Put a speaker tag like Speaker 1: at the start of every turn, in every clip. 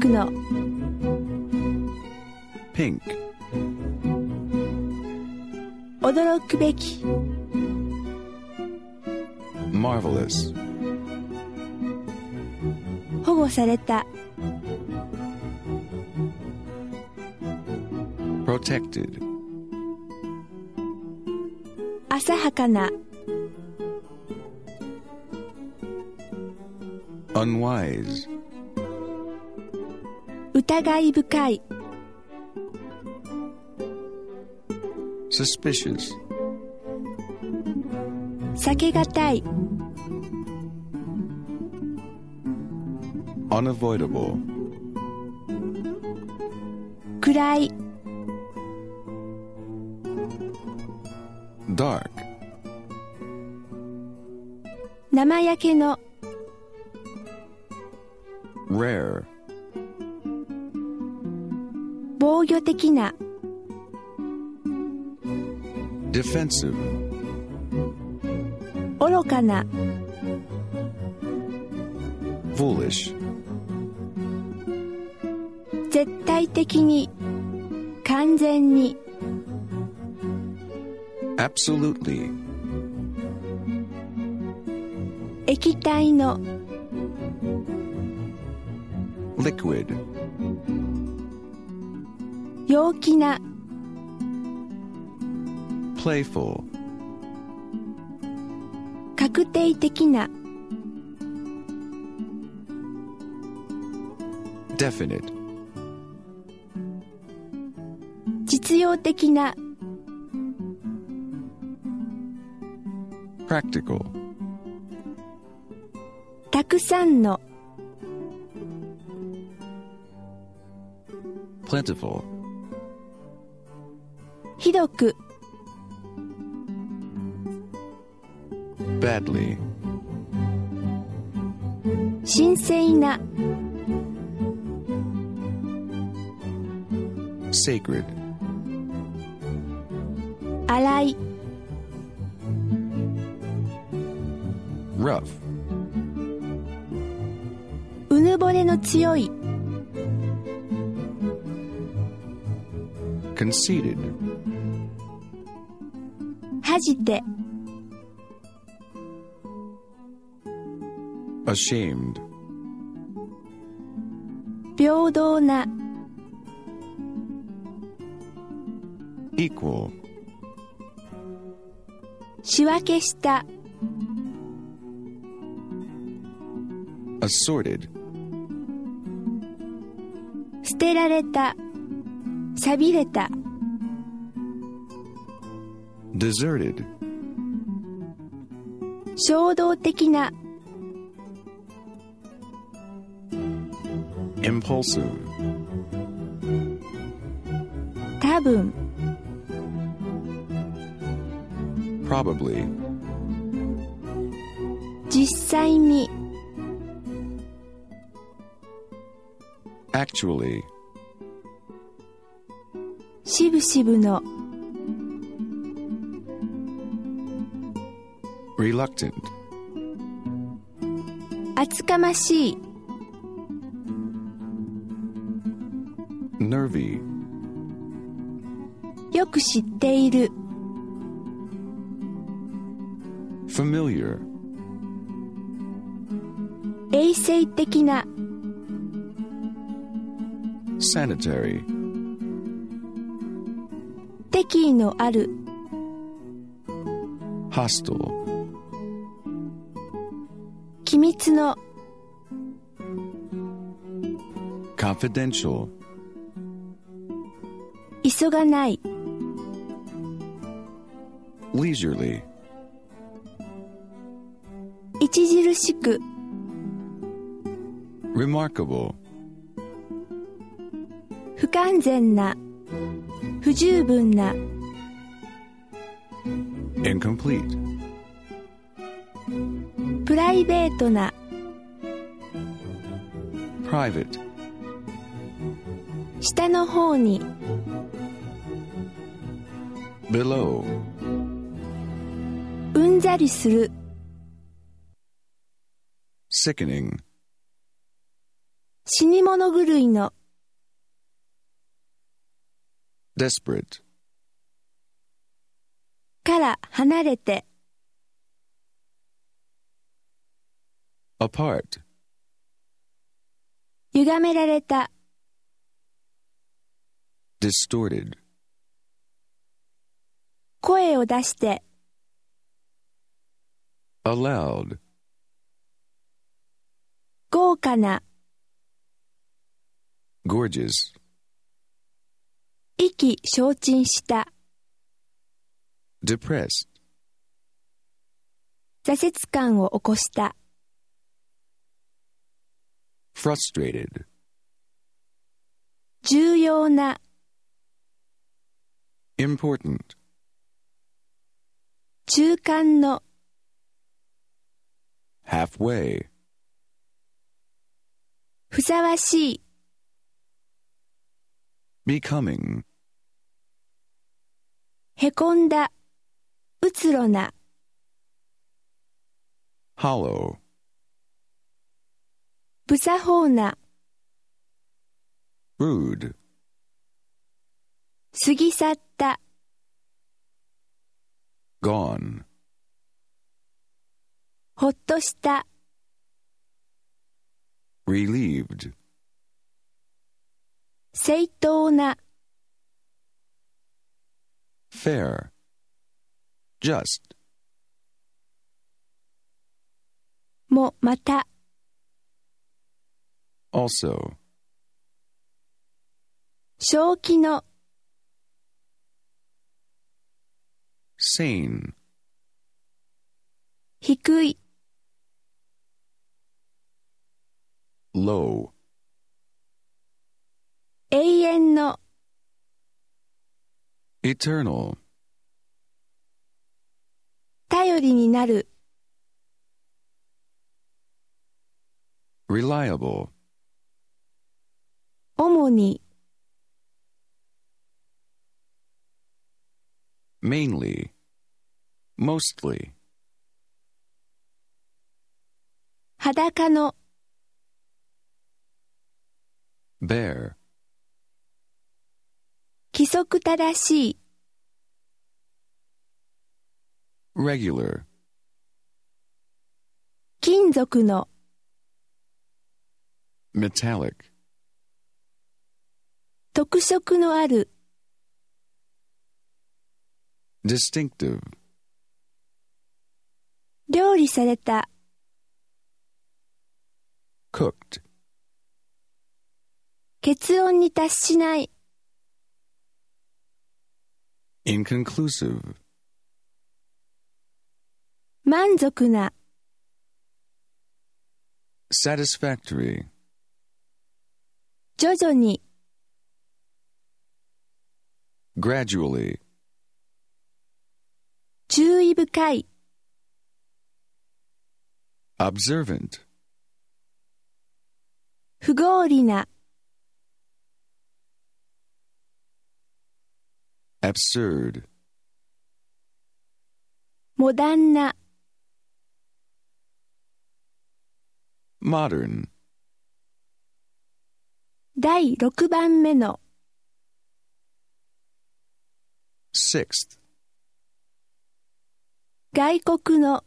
Speaker 1: クの
Speaker 2: pink,
Speaker 1: 驚くべき
Speaker 2: marvelous,
Speaker 1: 保護された
Speaker 2: protected,
Speaker 1: 浅はかな
Speaker 2: unwise,
Speaker 1: 疑い深い
Speaker 2: suspicious,
Speaker 1: 避けがたい
Speaker 2: unavoidable,
Speaker 1: 暗い
Speaker 2: dark,
Speaker 1: 生焼けの
Speaker 2: rare,
Speaker 1: 防御的な
Speaker 2: defensive,
Speaker 1: 愚かな
Speaker 2: foolish,
Speaker 1: 絶対的に完全に
Speaker 2: absolutely,
Speaker 1: 液体の
Speaker 2: liquid,
Speaker 1: 陽気な
Speaker 2: playful,
Speaker 1: 確定的な
Speaker 2: definite,
Speaker 1: 実用的な
Speaker 2: practical,
Speaker 1: たくさんの
Speaker 2: plentiful,
Speaker 1: ひどく
Speaker 2: badly,
Speaker 1: 神聖な
Speaker 2: sacred,
Speaker 1: 荒い
Speaker 2: rough,
Speaker 1: うぬぼれの強い
Speaker 2: conceited,
Speaker 1: 恥じて
Speaker 2: ashamed,
Speaker 1: 平等な
Speaker 2: equal,
Speaker 1: 仕分けした
Speaker 2: assorted,
Speaker 1: 捨てられた錆びれた
Speaker 2: deserted,
Speaker 1: 衝動的な
Speaker 2: impulsive,
Speaker 1: 多分
Speaker 2: probably,
Speaker 1: 実際に
Speaker 2: actually,
Speaker 1: しぶしぶの
Speaker 2: reluctant,
Speaker 1: 厚かましい
Speaker 2: nervy,
Speaker 1: よく知っている
Speaker 2: familiar,
Speaker 1: 衛生的な
Speaker 2: sanitary,
Speaker 1: 敵意のある
Speaker 2: hostile,
Speaker 1: 機密の
Speaker 2: confidential,
Speaker 1: 急がない
Speaker 2: leisurely,
Speaker 1: 著しく
Speaker 2: remarkable,
Speaker 1: 不完全な不十分な
Speaker 2: incomplete,
Speaker 1: プライベートな
Speaker 2: private,
Speaker 1: 下の方に
Speaker 2: below,
Speaker 1: うんざりする
Speaker 2: sickening,
Speaker 1: 死に物狂いの
Speaker 2: desperate,
Speaker 1: から離れて
Speaker 2: apart,
Speaker 1: 歪められた
Speaker 2: distorted,
Speaker 1: 声を出して
Speaker 2: allowed,
Speaker 1: 豪華な
Speaker 2: gorgeous,
Speaker 1: 意気消沈した、
Speaker 2: depressed,
Speaker 1: 挫折感を起こした、
Speaker 2: frustrated,
Speaker 1: 重要な、
Speaker 2: important,
Speaker 1: 中間の、
Speaker 2: halfway,
Speaker 1: ふさわしい、
Speaker 2: becoming,
Speaker 1: へこんだ、うつろな、
Speaker 2: hollow,
Speaker 1: 不作法な、
Speaker 2: rude,
Speaker 1: 過ぎ去った、
Speaker 2: gone,
Speaker 1: ほっとした、
Speaker 2: relieved,
Speaker 1: 正当な、
Speaker 2: fair, just,
Speaker 1: もまた、
Speaker 2: also,
Speaker 1: 正気の、
Speaker 2: sane,
Speaker 1: 低い、
Speaker 2: low,
Speaker 1: 永遠の、
Speaker 2: eternal,
Speaker 1: 頼りになる、
Speaker 2: reliable,
Speaker 1: 主に、
Speaker 2: mainly, mostly,
Speaker 1: 裸の、
Speaker 2: bare,
Speaker 1: 規則正しい、
Speaker 2: regular,
Speaker 1: 金属の、
Speaker 2: metallic,
Speaker 1: 特色のある、
Speaker 2: distinctive,
Speaker 1: 料理された、
Speaker 2: cooked,
Speaker 1: 結論に達しない、
Speaker 2: inconclusive,
Speaker 1: 満足な、
Speaker 2: satisfactory,
Speaker 1: 徐々に、
Speaker 2: gradually,
Speaker 1: 注意深い、
Speaker 2: observant,
Speaker 1: 不合理な、
Speaker 2: absurd,
Speaker 1: モダンな、
Speaker 2: modern,
Speaker 1: 第6番目の、
Speaker 2: sixth,
Speaker 1: 外国の、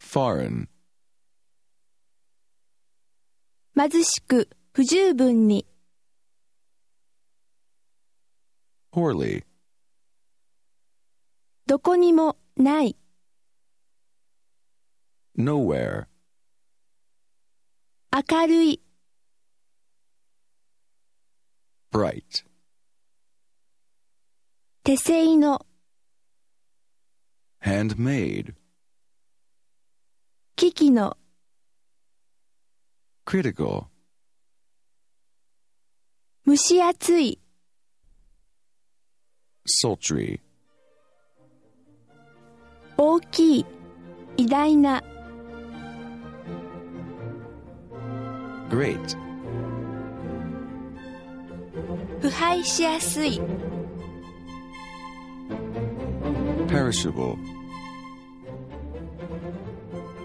Speaker 2: foreign,
Speaker 1: 貧しく、不十分に、
Speaker 2: poorly,
Speaker 1: どこにも、ない、
Speaker 2: nowhere,
Speaker 1: 明るい、
Speaker 2: bright,
Speaker 1: 手製の、
Speaker 2: handmade,
Speaker 1: 危機の、
Speaker 2: critical,
Speaker 1: 蒸し暑い、
Speaker 2: sultry,
Speaker 1: 大きい、偉大な、
Speaker 2: great,
Speaker 1: 腐敗しやすい、
Speaker 2: perishable,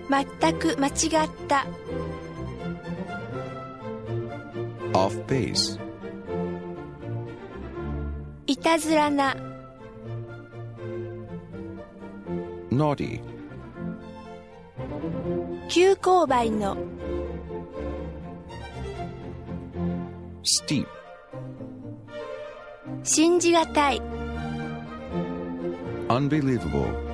Speaker 1: 全く間違った
Speaker 2: off base,
Speaker 1: いたずらな
Speaker 2: naughty,
Speaker 1: 急勾配の
Speaker 2: steep,
Speaker 1: 信じがたい
Speaker 2: unbelievable,